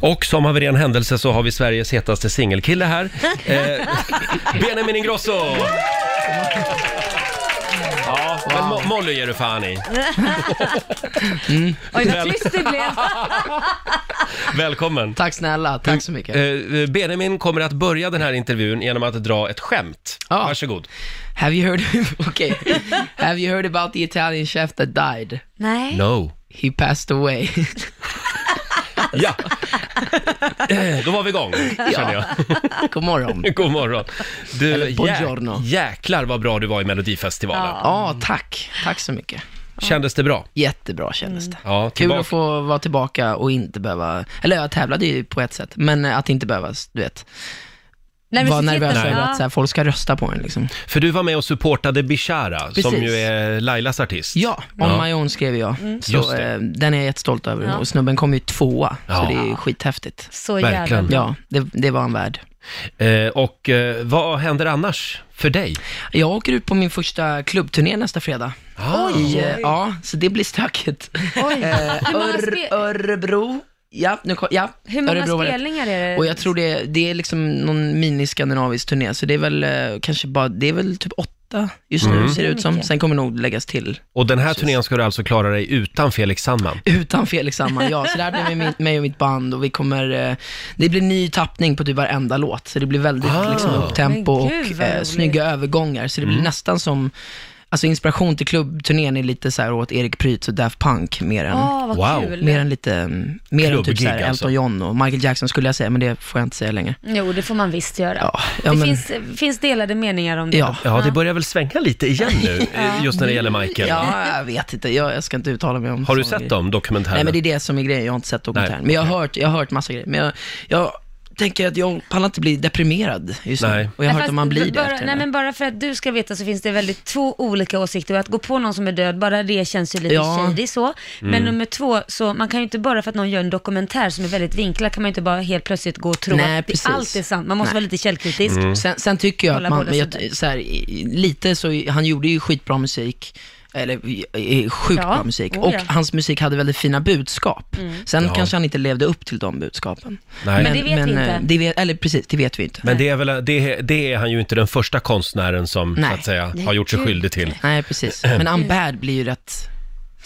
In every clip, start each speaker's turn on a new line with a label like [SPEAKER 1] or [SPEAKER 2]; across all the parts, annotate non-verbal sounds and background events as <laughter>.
[SPEAKER 1] Och som av en ren händelse så har vi Sveriges hetaste singelkille
[SPEAKER 2] <laughs>
[SPEAKER 1] här. Eh, Benjamin Ingrosso! Ja, men Mo- Molly ger du fan
[SPEAKER 2] <laughs>
[SPEAKER 1] i.
[SPEAKER 3] Mm.
[SPEAKER 2] Oj, vad tyst det blev.
[SPEAKER 1] <laughs> Välkommen!
[SPEAKER 3] Tack snälla, tack så mycket.
[SPEAKER 1] Eh, Benjamin kommer att börja den här intervjun genom att dra ett skämt.
[SPEAKER 3] Ja.
[SPEAKER 1] Varsågod.
[SPEAKER 3] Have you heard, <laughs> okay. Have you heard about the Italian chef that died? <laughs>
[SPEAKER 2] Nej.
[SPEAKER 1] No.
[SPEAKER 3] He passed away. <laughs>
[SPEAKER 1] Ja. <laughs> Eh, Då var vi igång, känner jag. <laughs>
[SPEAKER 3] God morgon.
[SPEAKER 1] God morgon. Du,
[SPEAKER 3] Eller buongiorno.
[SPEAKER 1] jä- jäklar vad bra du var i Melodifestivalen.
[SPEAKER 2] Ja.
[SPEAKER 3] Ja, tack. Tack så mycket.
[SPEAKER 1] Kändes det bra?
[SPEAKER 3] Jättebra kändes det.
[SPEAKER 1] Ja,
[SPEAKER 3] Kul
[SPEAKER 1] Mm. tillbaka.
[SPEAKER 3] att få vara tillbaka och inte behöva, eller jag tävlade ju på ett sätt, men att inte behöva, du vet, vara nervös över att så här, folk ska rösta på en liksom.
[SPEAKER 1] För du var med och supportade Bishara, som
[SPEAKER 3] Precis.
[SPEAKER 1] ju är Lailas artist.
[SPEAKER 3] Ja, On
[SPEAKER 1] Ja.
[SPEAKER 3] My Own skrev jag.
[SPEAKER 1] Just
[SPEAKER 3] Så,
[SPEAKER 1] det.
[SPEAKER 3] eh, den är jag jättestolt över.
[SPEAKER 2] Ja.
[SPEAKER 3] Och snubben kom ju tvåa,
[SPEAKER 1] Ja.
[SPEAKER 3] så det är ju skithäftigt.
[SPEAKER 2] Så jävla
[SPEAKER 1] Verkligen.
[SPEAKER 2] bra.
[SPEAKER 3] Ja, det, det var han värd.
[SPEAKER 1] Eh, och eh, vad händer annars för dig?
[SPEAKER 3] Jag åker ut på min första klubbturné nästa fredag.
[SPEAKER 1] Ah,
[SPEAKER 3] I, eh, ja, så det blir stökigt.
[SPEAKER 2] Oj. Hur många,
[SPEAKER 3] Ör,
[SPEAKER 2] spe-
[SPEAKER 3] Örebro. Ja, nu, kom- ja.
[SPEAKER 2] hur många
[SPEAKER 3] Örebro var rätt.
[SPEAKER 2] spelningar är det?
[SPEAKER 3] Och jag tror det, det är liksom någon mini-skandinavisk turné, så det är väl eh, kanske bara, det är väl typ åtta just nu ser det ut
[SPEAKER 2] Mm.
[SPEAKER 3] som. Sen kommer nog läggas till
[SPEAKER 1] Och den här turnén ska du alltså klara dig utan Felix Sandman.
[SPEAKER 3] utan Felix Sandman, ja. Så det här blir med mitt- mig och mitt band och vi kommer, eh, det blir ny tappning på typ varenda låt, så det blir väldigt
[SPEAKER 1] Ah.
[SPEAKER 3] liksom upptempo
[SPEAKER 2] Men gud,
[SPEAKER 3] och
[SPEAKER 2] vad
[SPEAKER 3] eh,
[SPEAKER 2] roligt.
[SPEAKER 3] snygga övergångar, så det blir nästan som Alltså inspiration till klubbturnén är lite så här åt Erik Prytz och Daft Punk mer än,
[SPEAKER 2] Åh, vad
[SPEAKER 1] Wow.
[SPEAKER 2] kul.
[SPEAKER 3] mer än lite, mm, mer än typ så
[SPEAKER 1] Klubbgig,
[SPEAKER 3] här Elton
[SPEAKER 1] alltså.
[SPEAKER 3] John och Michael Jackson skulle jag säga, men det får jag inte säga längre.
[SPEAKER 2] Jo, det får man visst göra.
[SPEAKER 3] Ja, ja,
[SPEAKER 2] det
[SPEAKER 3] men-
[SPEAKER 2] finns, finns delade meningar om det.
[SPEAKER 3] Ja.
[SPEAKER 1] Ja, det börjar väl svänga lite igen
[SPEAKER 3] <laughs>
[SPEAKER 1] nu, eh, just när det gäller Michael.
[SPEAKER 3] Ja, jag vet inte. Jag, jag ska inte uttala mig om
[SPEAKER 1] Har du
[SPEAKER 3] såna
[SPEAKER 1] sett
[SPEAKER 3] grejer.
[SPEAKER 1] dem, dokumentären?
[SPEAKER 3] Nej, men det är det som är grejen. Jag har inte sett dokumentären.
[SPEAKER 1] Nej.
[SPEAKER 3] Men jag har hört, jag har hört massa grejer. Men jag, jag tänker att jag pallar inte bli deprimerad just
[SPEAKER 1] Nej.
[SPEAKER 3] nu. Och jag
[SPEAKER 2] Nej,
[SPEAKER 3] har hört
[SPEAKER 2] fast
[SPEAKER 3] att man blir det
[SPEAKER 2] bara,
[SPEAKER 3] efter
[SPEAKER 2] Nej,
[SPEAKER 3] det.
[SPEAKER 2] men bara för att du ska veta så finns det väldigt två olika åsikter och att gå på någon som är död, bara det känns ju lite
[SPEAKER 3] Ja. Mm.
[SPEAKER 2] shady så. Men nummer två, så man kan ju inte bara för att någon gör en dokumentär som är väldigt vinklad, kan man ju inte bara helt plötsligt gå och tro
[SPEAKER 3] Nej,
[SPEAKER 2] att det-
[SPEAKER 3] precis.
[SPEAKER 2] allt är sant. Man måste
[SPEAKER 3] Nej. Mm.
[SPEAKER 2] vara lite källkritisk.
[SPEAKER 1] Mm.
[SPEAKER 3] Sen, sen tycker jag
[SPEAKER 2] Kolla
[SPEAKER 3] att man,
[SPEAKER 2] båda
[SPEAKER 3] men jag,
[SPEAKER 2] sidor.
[SPEAKER 3] så här, i- i- lite så, han gjorde ju skitbra musik, eller i- i- sjukt
[SPEAKER 2] Ja,
[SPEAKER 3] bra musik.
[SPEAKER 2] oh
[SPEAKER 3] och
[SPEAKER 2] ja. Mm.
[SPEAKER 3] hans musik hade väldigt fina budskap. Sen
[SPEAKER 1] Ja.
[SPEAKER 3] kanske han inte levde upp till de budskapen.
[SPEAKER 1] Nej. Men
[SPEAKER 2] det vet vi inte.
[SPEAKER 3] eh, Det vet, eller precis, det vet vi inte.
[SPEAKER 1] Men det är, väl, det, det är han ju inte den första konstnären som
[SPEAKER 3] Nej.
[SPEAKER 1] så att säga, har gjort sig
[SPEAKER 2] Gud.
[SPEAKER 1] skyldig till.
[SPEAKER 3] Nej, precis. Men
[SPEAKER 2] Eh.
[SPEAKER 3] I'm bad blir ju rätt,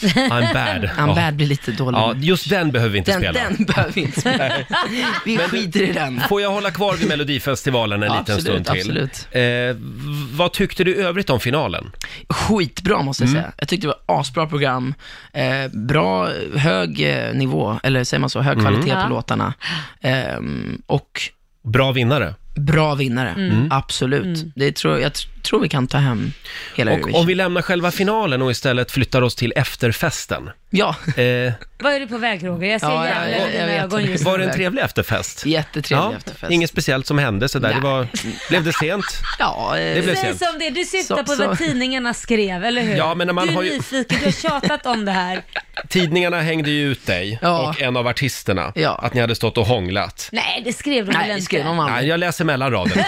[SPEAKER 1] I'm bad.
[SPEAKER 3] <laughs> I'm
[SPEAKER 1] Ja.
[SPEAKER 3] bad blir lite dålig.
[SPEAKER 1] Ja, just den behöver vi inte
[SPEAKER 3] Den,
[SPEAKER 1] spela.
[SPEAKER 3] den behöver vi inte spela.
[SPEAKER 1] <laughs>
[SPEAKER 3] Vi skiter i den.
[SPEAKER 1] Får jag hålla kvar vid Melodifestivalen en
[SPEAKER 3] Ja,
[SPEAKER 1] liten
[SPEAKER 3] absolut,
[SPEAKER 1] stund till?
[SPEAKER 3] absolut.
[SPEAKER 1] Eh, v- vad tyckte du i övrigt om finalen?
[SPEAKER 3] Skitbra måste jag
[SPEAKER 1] Mm.
[SPEAKER 3] säga. Jag tyckte det var asbra program. Eh, bra, hög eh, nivå, eller säger man så, hög kvalitet
[SPEAKER 1] Mm.
[SPEAKER 2] Ja.
[SPEAKER 3] på låtarna. Ehm, och
[SPEAKER 1] Bra vinnare.
[SPEAKER 3] bra vinnare, absolut. Det tror, jag tr- tror vi kan ta hem hela
[SPEAKER 1] Och om
[SPEAKER 3] Eurovision.
[SPEAKER 1] vi lämnar själva finalen och istället flyttar oss till efterfesten.
[SPEAKER 3] Ja, <laughs>
[SPEAKER 1] Eh,
[SPEAKER 2] Vad är du på väg Roger? Jag ser
[SPEAKER 3] Ja,
[SPEAKER 2] jävlar
[SPEAKER 3] jag- jag-
[SPEAKER 2] i dina
[SPEAKER 3] jag vet.
[SPEAKER 2] ögon just nu.
[SPEAKER 1] var det en trevlig efterfest?
[SPEAKER 3] jättetrevlig efterfest.
[SPEAKER 1] Inget speciellt som hände sådär. Det
[SPEAKER 3] Nej.
[SPEAKER 1] var, blev det sent?
[SPEAKER 3] Ja, eh,
[SPEAKER 1] Det blev
[SPEAKER 2] Säg
[SPEAKER 1] sent.
[SPEAKER 2] som det är, du syftar
[SPEAKER 3] Så-
[SPEAKER 2] på
[SPEAKER 3] så-
[SPEAKER 2] vad tidningarna skrev, eller hur?
[SPEAKER 1] Ja, men när man
[SPEAKER 2] du är
[SPEAKER 1] har ju-
[SPEAKER 2] nyfiken, du har tjatat om det här.
[SPEAKER 1] Tidningarna hängde ju ut dig
[SPEAKER 3] Ja.
[SPEAKER 1] och en av artisterna.
[SPEAKER 3] Ja.
[SPEAKER 1] Att ni hade stått och hånglat.
[SPEAKER 2] Nej, det skrev de väl
[SPEAKER 3] nej,
[SPEAKER 2] inte?
[SPEAKER 3] vi skrev om andra.
[SPEAKER 1] Nej, jag läser mellan
[SPEAKER 3] <laughs>
[SPEAKER 1] raderna.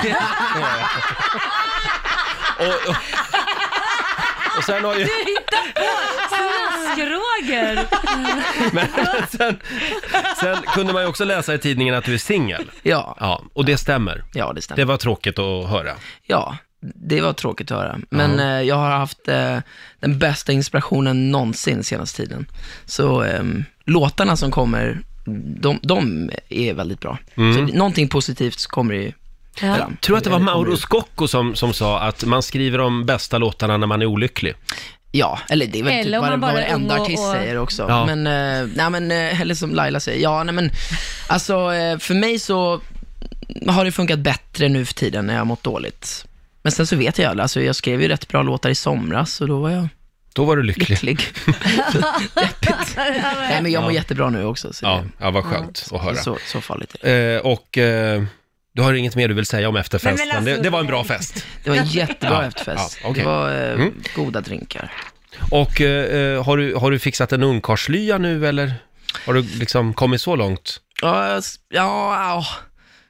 [SPEAKER 1] och, och, och sen har
[SPEAKER 3] <laughs>
[SPEAKER 1] ju...
[SPEAKER 2] <laughs> Hitta på! Snask-Roger!
[SPEAKER 1] Men sen, sen kunde man ju också läsa i tidningen att du är singel.
[SPEAKER 3] Ja,
[SPEAKER 1] Ja, och det stämmer.
[SPEAKER 3] ja, det stämmer.
[SPEAKER 1] Det var tråkigt att höra.
[SPEAKER 3] Ja, det var tråkigt att höra. Men eh, jag har haft eh, den bästa inspirationen någonsin senaste tiden. Så eh, låtarna som kommer, de, de är väldigt bra. Så det- någonting positivt kommer ju
[SPEAKER 2] Ja.
[SPEAKER 3] fram.
[SPEAKER 1] Jag tror att det var
[SPEAKER 3] Eller kommer
[SPEAKER 1] Mauro
[SPEAKER 3] ut.
[SPEAKER 1] Scocco som, som sa att man skriver de bästa låtarna när man är olycklig.
[SPEAKER 3] Ja, eller det är väl
[SPEAKER 2] Eller
[SPEAKER 3] typ
[SPEAKER 2] om
[SPEAKER 3] vad vad
[SPEAKER 2] man bara är
[SPEAKER 3] varenda
[SPEAKER 2] ung och-
[SPEAKER 3] artist
[SPEAKER 2] och-
[SPEAKER 3] säger också.
[SPEAKER 1] Ja.
[SPEAKER 3] Men, eh, nej, men, eh, eller som Laila säger, ja nej, men alltså eh, för mig så har det funkat bättre nu för tiden när jag har mått dåligt. Men sen så vet jag, alltså jag skrev ju rätt bra låtar i somras och då var jag
[SPEAKER 1] Då var du lycklig.
[SPEAKER 3] lycklig. Deppigt. Nej, men jag mår
[SPEAKER 1] Ja.
[SPEAKER 3] jättebra nu också. Så
[SPEAKER 1] Ja,
[SPEAKER 3] det,
[SPEAKER 1] ja vad skönt att höra.
[SPEAKER 3] Så, så farligt är det.
[SPEAKER 1] Eh, och eh, du har inget mer du vill säga om efterfesten?
[SPEAKER 2] Nej, men alltså-
[SPEAKER 1] det, det var en bra fest.
[SPEAKER 3] Det var en jättebra
[SPEAKER 1] Ja,
[SPEAKER 3] efterfest.
[SPEAKER 1] ja, okej. Mm.
[SPEAKER 3] Det var eh, goda drinkar.
[SPEAKER 1] Och eh, har, du, har du fixat en ungkarlslya nu eller? Har du liksom kommit så långt?
[SPEAKER 3] Ja, jag s- ja, ja.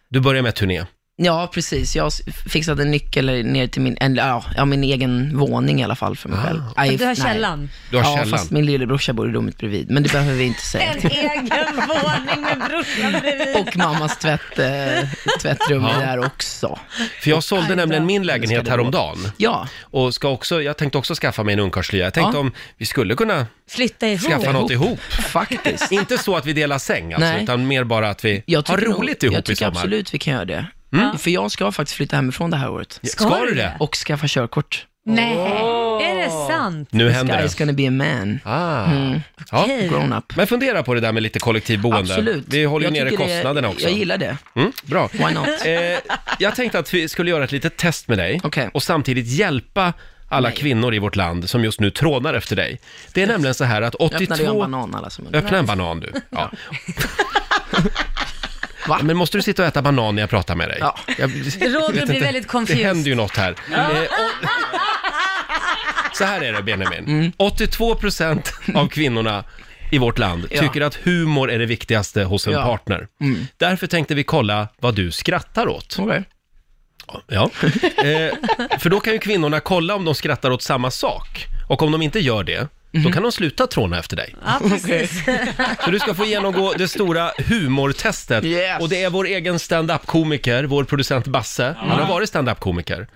[SPEAKER 1] Du börjar med turné.
[SPEAKER 3] Ja, precis. Jag s- fixade en nyckel ner till min, en, ja, ja, min egen våning i alla fall för mig själv. Nej,
[SPEAKER 2] Du har
[SPEAKER 3] nej.
[SPEAKER 2] källan.
[SPEAKER 1] Ah. Du har
[SPEAKER 3] ja,
[SPEAKER 1] källan.
[SPEAKER 3] fast min lillebrorsa bor i rummet bredvid, men det behöver vi inte
[SPEAKER 2] <laughs>
[SPEAKER 3] säga.
[SPEAKER 2] En egen våning med brorsan bredvid.
[SPEAKER 3] Och mammas tvätt, eh, tvättrum
[SPEAKER 1] Ja.
[SPEAKER 3] är där också.
[SPEAKER 1] För jag sålde
[SPEAKER 2] Nej,
[SPEAKER 1] nämligen
[SPEAKER 2] bra.
[SPEAKER 1] min lägenhet
[SPEAKER 3] Ska det gå?
[SPEAKER 1] häromdagen.
[SPEAKER 3] Ja,
[SPEAKER 1] Och ska också, jag tänkte också skaffa mig en ungkarlslya. Jag tänkte
[SPEAKER 3] Ja.
[SPEAKER 1] om vi skulle kunna
[SPEAKER 2] Flytta ihop.
[SPEAKER 1] skaffa något ihop. <laughs>
[SPEAKER 3] faktiskt.
[SPEAKER 1] Inte så att vi delar säng alltså,
[SPEAKER 3] Nej.
[SPEAKER 1] utan mer bara att vi
[SPEAKER 3] Jag
[SPEAKER 1] har
[SPEAKER 3] tycker nog-
[SPEAKER 1] roligt ihop
[SPEAKER 3] Jag
[SPEAKER 1] i
[SPEAKER 3] tycker
[SPEAKER 1] sommar.
[SPEAKER 3] absolut vi kan göra det.
[SPEAKER 2] Mm.
[SPEAKER 3] För jag ska faktiskt flytta hemifrån det här året.
[SPEAKER 1] Ska,
[SPEAKER 2] Ska
[SPEAKER 1] du
[SPEAKER 2] du
[SPEAKER 1] det?
[SPEAKER 3] Och skaffa körkort.
[SPEAKER 2] Nej, är det sant?
[SPEAKER 1] Nu
[SPEAKER 3] The
[SPEAKER 1] händer
[SPEAKER 3] guy
[SPEAKER 1] det.
[SPEAKER 3] is gonna be a man.
[SPEAKER 1] Ah.
[SPEAKER 3] Mm.
[SPEAKER 1] Ja.
[SPEAKER 2] Okej.
[SPEAKER 3] Grown up.
[SPEAKER 1] Men fundera på det där med lite kollektivboende.
[SPEAKER 3] Absolut.
[SPEAKER 1] Vi håller ju
[SPEAKER 3] Jag
[SPEAKER 1] nere
[SPEAKER 3] tycker det-
[SPEAKER 1] kostnaderna också.
[SPEAKER 3] Jag gillar det.
[SPEAKER 1] Mm, bra.
[SPEAKER 3] Why not?
[SPEAKER 1] Eh, jag tänkte att vi skulle göra ett litet test med dig
[SPEAKER 3] Okej.
[SPEAKER 1] och samtidigt hjälpa alla
[SPEAKER 3] Nej.
[SPEAKER 1] kvinnor i vårt land som just nu trånar efter dig. Det är nämligen så här att
[SPEAKER 3] Jag öppnade ju en
[SPEAKER 1] 82...
[SPEAKER 3] banan alla som undrar.
[SPEAKER 1] Öppna en banan du. <laughs> Ja.
[SPEAKER 3] Va?
[SPEAKER 1] Men måste du sitta och äta banan när jag pratar med dig?
[SPEAKER 3] Ja.
[SPEAKER 1] Jag, vet
[SPEAKER 2] Roger blir
[SPEAKER 1] inte.
[SPEAKER 2] väldigt confused.
[SPEAKER 1] Det händer ju något här. Eh, och... Så här är det Benjamin. 82% av kvinnorna i vårt land
[SPEAKER 3] Ja.
[SPEAKER 1] tycker att humor är det viktigaste hos en
[SPEAKER 3] Ja.
[SPEAKER 1] partner. Därför tänkte vi kolla vad du skrattar åt.
[SPEAKER 3] Okej.
[SPEAKER 1] Ja. Eh, för då kan ju kvinnorna kolla om de skrattar åt samma sak. Och om de inte gör det, då kan de sluta tråna efter dig.
[SPEAKER 2] Ja, precis.
[SPEAKER 1] Så du ska få genomgå det stora humortestet.
[SPEAKER 3] Yes.
[SPEAKER 1] Och det är vår egen stand-up-komiker, vår producent Basse. Han har varit stand-up-komiker.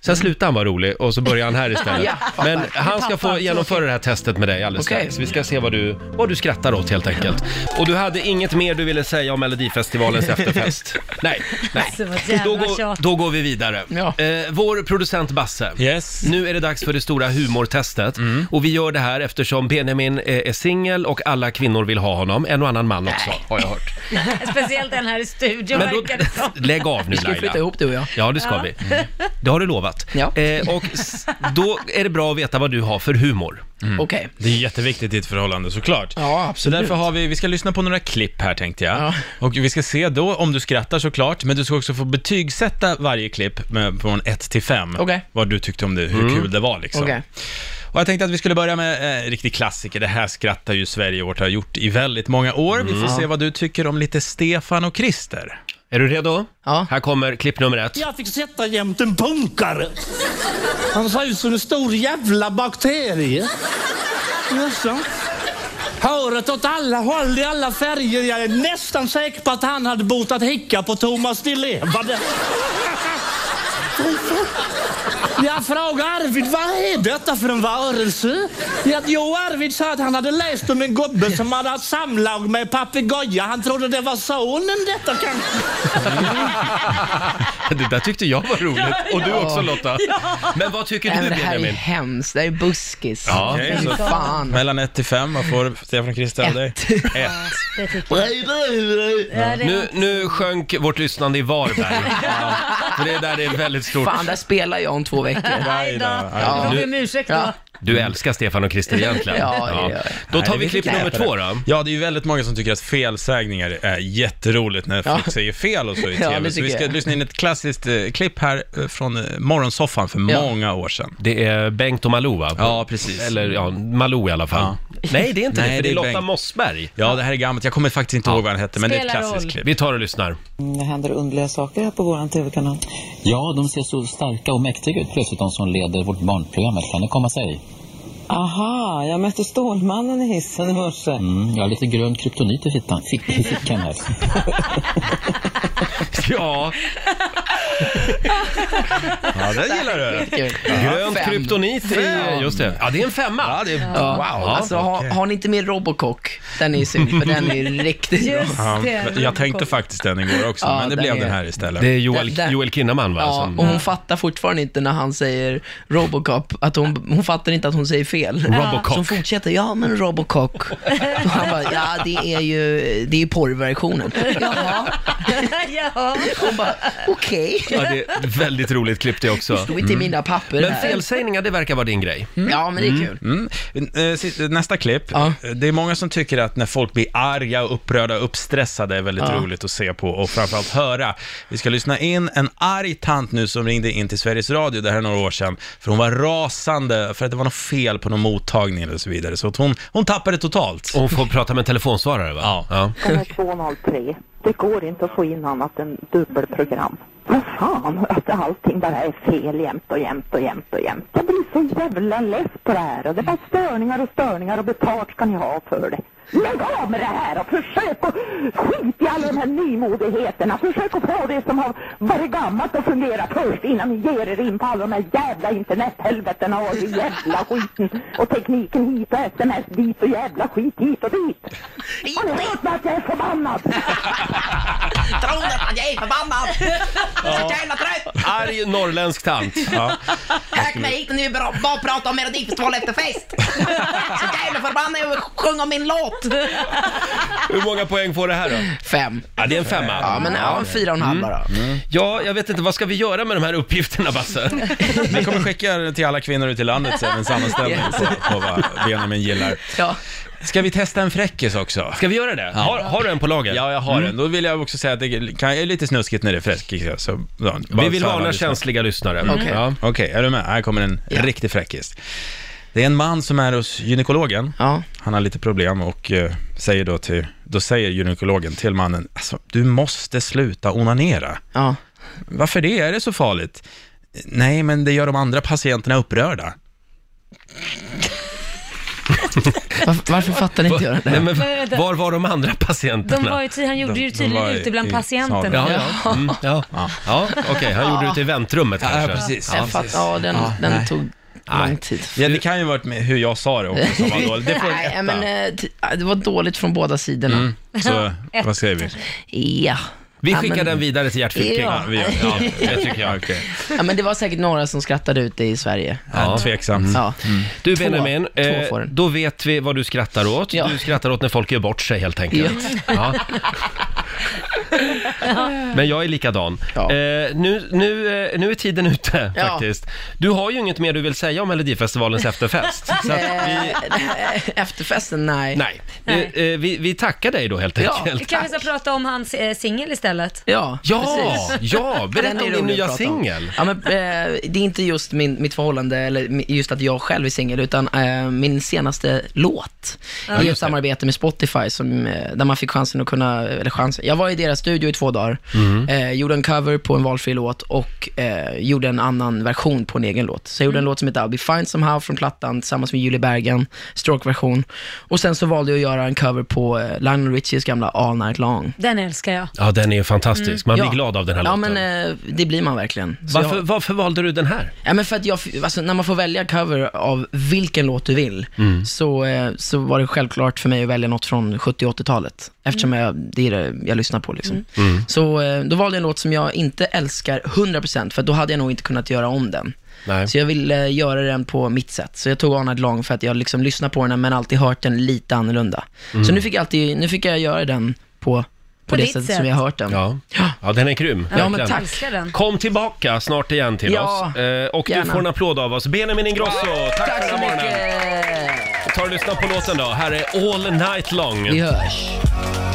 [SPEAKER 1] Sen slutade han vara rolig och så började
[SPEAKER 3] <laughs>
[SPEAKER 1] han här istället.
[SPEAKER 3] Ja, fattar.
[SPEAKER 1] Men han ska få genomföra det här testet med dig alldeles
[SPEAKER 3] Okej.
[SPEAKER 1] strax. Vi ska se vad du, vad du skrattar åt helt enkelt. Och du hade inget mer du ville säga om
[SPEAKER 3] <laughs>
[SPEAKER 1] Melodifestivalens efterfest? Nej, nej.
[SPEAKER 2] Alltså, vad
[SPEAKER 1] Då
[SPEAKER 2] jävla
[SPEAKER 1] går,
[SPEAKER 2] tjat.
[SPEAKER 1] då går vi vidare.
[SPEAKER 3] Ja.
[SPEAKER 1] Eh, vår producent Basse.
[SPEAKER 4] Yes.
[SPEAKER 1] Nu är det dags för det stora humortestet. Och vi gör det här eftersom Benjamin eh, är singel och alla kvinnor vill ha honom. En och annan man också, har jag hört.
[SPEAKER 2] Speciellt den här i studion
[SPEAKER 1] Men då,
[SPEAKER 2] verkar det
[SPEAKER 1] <laughs>
[SPEAKER 2] som.
[SPEAKER 1] lägg av nu
[SPEAKER 3] Ska vi flytta
[SPEAKER 1] Laila.
[SPEAKER 3] ihop du och jag?
[SPEAKER 1] Ja, det ska vi. Det har du lovat.
[SPEAKER 3] Ja.
[SPEAKER 1] Eh, och s- då är det bra att veta vad du har för humor.
[SPEAKER 3] Okej.
[SPEAKER 4] Det är jätteviktigt i ett förhållande såklart.
[SPEAKER 3] Ja,
[SPEAKER 4] Så
[SPEAKER 3] absolut.
[SPEAKER 4] därför har vi, vi ska lyssna på några klipp här tänkte jag.
[SPEAKER 3] Ja.
[SPEAKER 4] Och vi ska se då om du skrattar såklart, men du ska också få betygsätta varje klipp med, från 1 till 5.
[SPEAKER 3] Okej.
[SPEAKER 4] Vad du tyckte om det, hur kul det var liksom.
[SPEAKER 3] Okej.
[SPEAKER 4] Och jag tänkte att vi skulle börja med eh, en riktig klassiker. Det här skrattar ju Sverige åt, har gjort i väldigt många år. Vi får se vad du tycker om lite Stefan och Christer.
[SPEAKER 1] Är du redo?
[SPEAKER 3] Ja.
[SPEAKER 1] Här kommer klipp nummer ett.
[SPEAKER 5] Jag fick sätta jämt en punkare. Han såg ut som en stor jävla bakterie. Nästan. Håret åt alla håll i alla färger. Jag är nästan säker på att han hade botat hicka på Thomas Di Levande. Jag frågade Arvid, vad är detta för en varelse? Ja, Jo, Arvid sa att han hade läst om en gubbe som hade haft samlag med en papegoja. Han trodde det var sonen detta kanske.
[SPEAKER 1] <laughs> Det där tyckte jag var roligt. Och du också Lotta. Men vad tycker
[SPEAKER 3] Nej,
[SPEAKER 1] du
[SPEAKER 3] men det här är ju
[SPEAKER 1] Benjamin?
[SPEAKER 3] hemskt. Det här är buskis.
[SPEAKER 1] Ja.
[SPEAKER 4] Okej,
[SPEAKER 3] Fy
[SPEAKER 4] så
[SPEAKER 3] fan.
[SPEAKER 4] mellan 1 till 5, vad får Stefan och Christer av dig? Ett.
[SPEAKER 2] Det tycker jag. Ja, det-
[SPEAKER 1] Nu, nu sjönk vårt lyssnande i
[SPEAKER 3] <laughs>
[SPEAKER 1] Varberg. Ja. För det där är väldigt stort.
[SPEAKER 3] Fan, där spelar jag om två veckor.
[SPEAKER 2] Aj då.
[SPEAKER 4] aj då.
[SPEAKER 2] Jag får be om ursäkt då.
[SPEAKER 3] Ja.
[SPEAKER 1] Du älskar Stefan och Christer egentligen.
[SPEAKER 3] Ja, det gör jag.
[SPEAKER 1] Då tar
[SPEAKER 4] Nej,
[SPEAKER 1] vi
[SPEAKER 4] det
[SPEAKER 1] klipp
[SPEAKER 4] fick jag
[SPEAKER 1] nummer
[SPEAKER 4] äta
[SPEAKER 1] två
[SPEAKER 4] det.
[SPEAKER 1] då.
[SPEAKER 4] Ja, det är ju väldigt många som tycker att felsägningar är jätteroligt när folk
[SPEAKER 3] Ja.
[SPEAKER 4] säger fel och så i
[SPEAKER 3] Ja,
[SPEAKER 4] tv.
[SPEAKER 3] det
[SPEAKER 4] så vi
[SPEAKER 3] tycker
[SPEAKER 4] ska
[SPEAKER 3] jag.
[SPEAKER 4] lyssna in ett klassiskt eh, klipp här eh, från eh, morgonsoffan för
[SPEAKER 3] Ja.
[SPEAKER 4] många år sedan.
[SPEAKER 1] Det är Bengt och Malou va?
[SPEAKER 4] Ja, precis.
[SPEAKER 1] Eller ja, Malou i alla fall. Nej, det är inte det,
[SPEAKER 4] Nej,
[SPEAKER 1] för det är
[SPEAKER 4] det är
[SPEAKER 1] Lotta
[SPEAKER 4] Bengt.
[SPEAKER 1] Mossberg.
[SPEAKER 4] Ja, det här är gammalt. Jag kommer faktiskt inte ihåg vad han hette, men det är
[SPEAKER 2] Spelar
[SPEAKER 4] ett klassiskt
[SPEAKER 2] roll.
[SPEAKER 4] klipp.
[SPEAKER 1] Vi tar och lyssnar.
[SPEAKER 6] Det händer underliga saker här på vår TV-kanal.
[SPEAKER 7] Ja, de ser så starka och mäktiga ut plötsligt, de som leder vårt barnprogram. Kan det komma sig?
[SPEAKER 6] Aha, jag mötte Stålmannen i hissen i morse.
[SPEAKER 7] Mm, jag har lite grön kryptonit i fickan, fick, i fickan här.
[SPEAKER 1] Ja,
[SPEAKER 4] Ja, den gillar du.
[SPEAKER 3] Kul.
[SPEAKER 1] grönt
[SPEAKER 3] Fem.
[SPEAKER 1] kryptonit i...
[SPEAKER 3] Fem.
[SPEAKER 1] Just det. Ja, det är en femma. Ja, det är...
[SPEAKER 3] Ja.
[SPEAKER 1] Wow.
[SPEAKER 3] Alltså, har, har ni inte med Robocock? Den är ju synd, för den
[SPEAKER 1] <laughs>
[SPEAKER 3] är ju riktigt bra.
[SPEAKER 2] Just
[SPEAKER 4] Ja,
[SPEAKER 2] det.
[SPEAKER 4] jag tänkte faktiskt den igår också,
[SPEAKER 3] Ja,
[SPEAKER 4] men det
[SPEAKER 3] den
[SPEAKER 4] blev
[SPEAKER 3] är-
[SPEAKER 4] den här istället.
[SPEAKER 1] Det är Joel,
[SPEAKER 3] Där- där-
[SPEAKER 1] Joel Kinnaman va?
[SPEAKER 3] Ja, Mm.
[SPEAKER 1] Som...
[SPEAKER 3] och hon fattar fortfarande inte när han säger Robocop, att hon, hon fattar inte att hon säger fel.
[SPEAKER 1] Robocock.
[SPEAKER 3] Så hon fortsätter, ja men Robocock. Och han bara, ja det är ju, det är ju porrversionen. Jaha,
[SPEAKER 2] <laughs> ja.
[SPEAKER 3] hon bara, okej.
[SPEAKER 1] Ja, det är ett väldigt roligt klipp det också.
[SPEAKER 3] Stod inte i mina papper
[SPEAKER 1] Men
[SPEAKER 3] här. Mm.
[SPEAKER 1] felsägningar, det verkar vara din grej.
[SPEAKER 3] Ja men det är kul.
[SPEAKER 4] Mm. Eh, si- Nästa klipp. Eh,
[SPEAKER 3] Ja.
[SPEAKER 4] Det är många som tycker att när folk blir arga, upprörda och uppstressade är väldigt roligt att se på och framförallt höra. Vi ska lyssna in en arg tant nu som ringde in till Sveriges Radio, det här är några år sedan, för hon var rasande för att det var något fel på någon mottagning eller så vidare. Så att hon, hon tappade totalt.
[SPEAKER 1] Och hon får prata med en telefonsvarare va?
[SPEAKER 4] Ja.
[SPEAKER 8] Kanal 203. Det går inte att få in annat än dubbelprogram. Vad fan, att allting bara är fel jämt och jämt och jämt och jämt. Jag blir så jävla less på det här och det är bara störningar och störningar och betalt ska ni ha för det. Lägg av med det här och försök att skit i alla de här nymodigheterna. Försök att få det som har varit gammalt att fungera först innan ni ger er in på alla de här jävla internethelvetena och jävla skiten och tekniken hit och sms dit och jävla skit hit och dit. Har ni hört mig att jag är förbannad?
[SPEAKER 3] <laughs> Tror du att jag är förbannad? Jag är så jävla trött!
[SPEAKER 1] Arg norrländsk <laughs> tant.
[SPEAKER 4] Ja.
[SPEAKER 3] Hög mig hit och nu bara bara prata om Melodifestivalen efter fest! Så jävla förbannad jag vill sjunga om min låt!
[SPEAKER 1] Hur många poäng får det här då?
[SPEAKER 3] Fem.
[SPEAKER 1] Ja, det är en femma.
[SPEAKER 3] Ja, men ja, en fyra och en halv bara.
[SPEAKER 1] Ja, jag vet inte, vad ska vi göra med de här uppgifterna Basse?
[SPEAKER 4] Vi kommer skicka till alla kvinnor ute i landet sen en sammanställning på- på vad Benjamin gillar.
[SPEAKER 3] Ja.
[SPEAKER 4] Ska vi testa en fräckis också?
[SPEAKER 1] Ska vi göra det? Har, har du en på lager?
[SPEAKER 4] Ja, Mm. jag har en. Då vill jag också säga att det kan, är lite snuskigt när det är fräckis. ja, Så, ja, bara
[SPEAKER 1] Vi vill
[SPEAKER 4] så alla
[SPEAKER 1] varna
[SPEAKER 4] lyssnar.
[SPEAKER 1] känsliga lyssnare. Ja.
[SPEAKER 4] Ja, Mm. Okej, är du med? Här kommer en
[SPEAKER 3] Ja.
[SPEAKER 4] riktig fräckis. Det är en man som är hos gynekologen.
[SPEAKER 3] Ja.
[SPEAKER 4] Han har lite problem och eh, säger då till, då säger gynekologen till mannen, alltså, du måste sluta onanera.
[SPEAKER 3] Ja.
[SPEAKER 4] Varför det? Är det så farligt? Nej, men det gör de andra patienterna upprörda.
[SPEAKER 3] Varför, varför fattar inte jag det
[SPEAKER 1] Nej,
[SPEAKER 3] där?
[SPEAKER 1] men
[SPEAKER 2] Men vänta.
[SPEAKER 1] var var de andra patienterna?
[SPEAKER 2] De var ju ty- han gjorde ju
[SPEAKER 4] de
[SPEAKER 2] tydligen
[SPEAKER 4] var i-
[SPEAKER 2] ute bland
[SPEAKER 4] i
[SPEAKER 2] patienterna.
[SPEAKER 4] salen.
[SPEAKER 1] Ja, ja. Mm, ja. ja. okej, han gjorde det ute i väntrummet kanske.
[SPEAKER 3] Jag fattar, ja, den, den tog lång tid.
[SPEAKER 4] Ja, det kan ju varit med hur jag sa det också som var dåligt. Det
[SPEAKER 3] <laughs>
[SPEAKER 4] får
[SPEAKER 3] Nej,
[SPEAKER 4] en
[SPEAKER 3] men,
[SPEAKER 4] etta.
[SPEAKER 3] eh, t- det var dåligt från båda sidorna.
[SPEAKER 4] Så, vad säger vi?
[SPEAKER 3] Ja.
[SPEAKER 1] Vi
[SPEAKER 3] ja,
[SPEAKER 1] skickar
[SPEAKER 3] men,
[SPEAKER 1] den vidare till Gert Fylking.
[SPEAKER 3] Ja.
[SPEAKER 4] Vi gör, ja, det tycker jag. Okay.
[SPEAKER 3] Ja, men det var säkert några som skrattade ut det i Sverige.
[SPEAKER 4] Ja, Mm. tveksamt.
[SPEAKER 3] Ja.
[SPEAKER 1] Du
[SPEAKER 3] Två.
[SPEAKER 1] Benjamin, eh,
[SPEAKER 3] Två får den.
[SPEAKER 1] då vet vi vad du skrattar åt.
[SPEAKER 3] Ja.
[SPEAKER 1] Du skrattar åt när folk gör bort sig helt enkelt. Ja.
[SPEAKER 3] <laughs>
[SPEAKER 1] Men jag är likadan.
[SPEAKER 3] Ja.
[SPEAKER 1] Eh, nu, nu, eh, nu är tiden ute
[SPEAKER 3] Ja.
[SPEAKER 1] faktiskt. Du har ju inget mer du vill säga om Melodifestivalens efterfest. Så att vi,
[SPEAKER 3] Eh, <laughs> Efterfesten, nej.
[SPEAKER 1] nej, Eh, eh, vi, vi tackar dig då helt
[SPEAKER 3] Ja.
[SPEAKER 1] enkelt.
[SPEAKER 2] Kan vi så prata om hans eh, singel istället?
[SPEAKER 3] Ja,
[SPEAKER 1] Ja,
[SPEAKER 3] precis.
[SPEAKER 1] ja,
[SPEAKER 3] Den
[SPEAKER 1] berätta
[SPEAKER 3] är
[SPEAKER 1] om
[SPEAKER 3] rolig
[SPEAKER 1] din
[SPEAKER 3] att
[SPEAKER 1] nya
[SPEAKER 3] prata om.
[SPEAKER 1] singel.
[SPEAKER 3] Ja, men, eh, det är inte just min, mitt förhållande, eller mi- just att jag själv är singel, utan eh, min senaste låt. I ett
[SPEAKER 1] just det.
[SPEAKER 3] samarbete med Spotify, som, eh, där man fick chansen att kunna, eller chansen, jag var i deras studio i två dagar,
[SPEAKER 1] Mm.
[SPEAKER 3] eh, gjorde en cover på en valfri låt och eh, gjorde en annan version på en egen låt. Så jag
[SPEAKER 1] Mm.
[SPEAKER 3] gjorde en låt som heter I'll be fine somehow från plattan tillsammans med Julie Bergen, strokeversion. Och sen så valde jag att göra en cover på eh, Lionel Richies gamla All Night Long.
[SPEAKER 2] Den älskar jag.
[SPEAKER 1] Ja, den är ju fantastisk. Man blir glad av den här
[SPEAKER 3] Mm. Ja,
[SPEAKER 1] låten.
[SPEAKER 3] men eh, det blir man verkligen. Så
[SPEAKER 1] varför,
[SPEAKER 3] jag-
[SPEAKER 1] varför valde du den här?
[SPEAKER 3] Ja, men för att jag, alltså, när man får välja cover av vilken låt du vill,
[SPEAKER 1] Mm.
[SPEAKER 3] så, eh, så var det självklart för mig att välja något från 70 80-talet, eftersom
[SPEAKER 2] Mm.
[SPEAKER 3] jag, det är det jag lyssnar på. Liksom.
[SPEAKER 1] Mm.
[SPEAKER 3] Så eh, då valde jag en låt som jag inte älskar 100%, för då hade jag nog inte kunnat göra om den.
[SPEAKER 1] Nej.
[SPEAKER 3] Så jag ville göra den på mitt sätt. Så jag tog Arnad Long för att jag liksom lyssnar på den, men alltid hört den lite annorlunda. Så
[SPEAKER 1] Mm.
[SPEAKER 3] nu fick, jag alltid, nu fick jag göra den på, på,
[SPEAKER 2] På
[SPEAKER 3] det
[SPEAKER 2] ditt
[SPEAKER 3] sättet
[SPEAKER 2] sätt.
[SPEAKER 3] som jag har hört den.
[SPEAKER 1] Ja. ja, den är grym.
[SPEAKER 3] men
[SPEAKER 1] verkligen.
[SPEAKER 3] tack.
[SPEAKER 2] Älskar den.
[SPEAKER 1] Kom tillbaka snart igen till
[SPEAKER 3] Ja,
[SPEAKER 1] oss. Eh, och du
[SPEAKER 3] gärna.
[SPEAKER 1] får en applåd av oss. Benjamin Ingrosso, tack,
[SPEAKER 3] Tack
[SPEAKER 1] för
[SPEAKER 3] så
[SPEAKER 1] den här morgonen.
[SPEAKER 3] mycket!
[SPEAKER 1] Ta och lyssna på låten då. Här är All Night Long.
[SPEAKER 3] Vi hörs.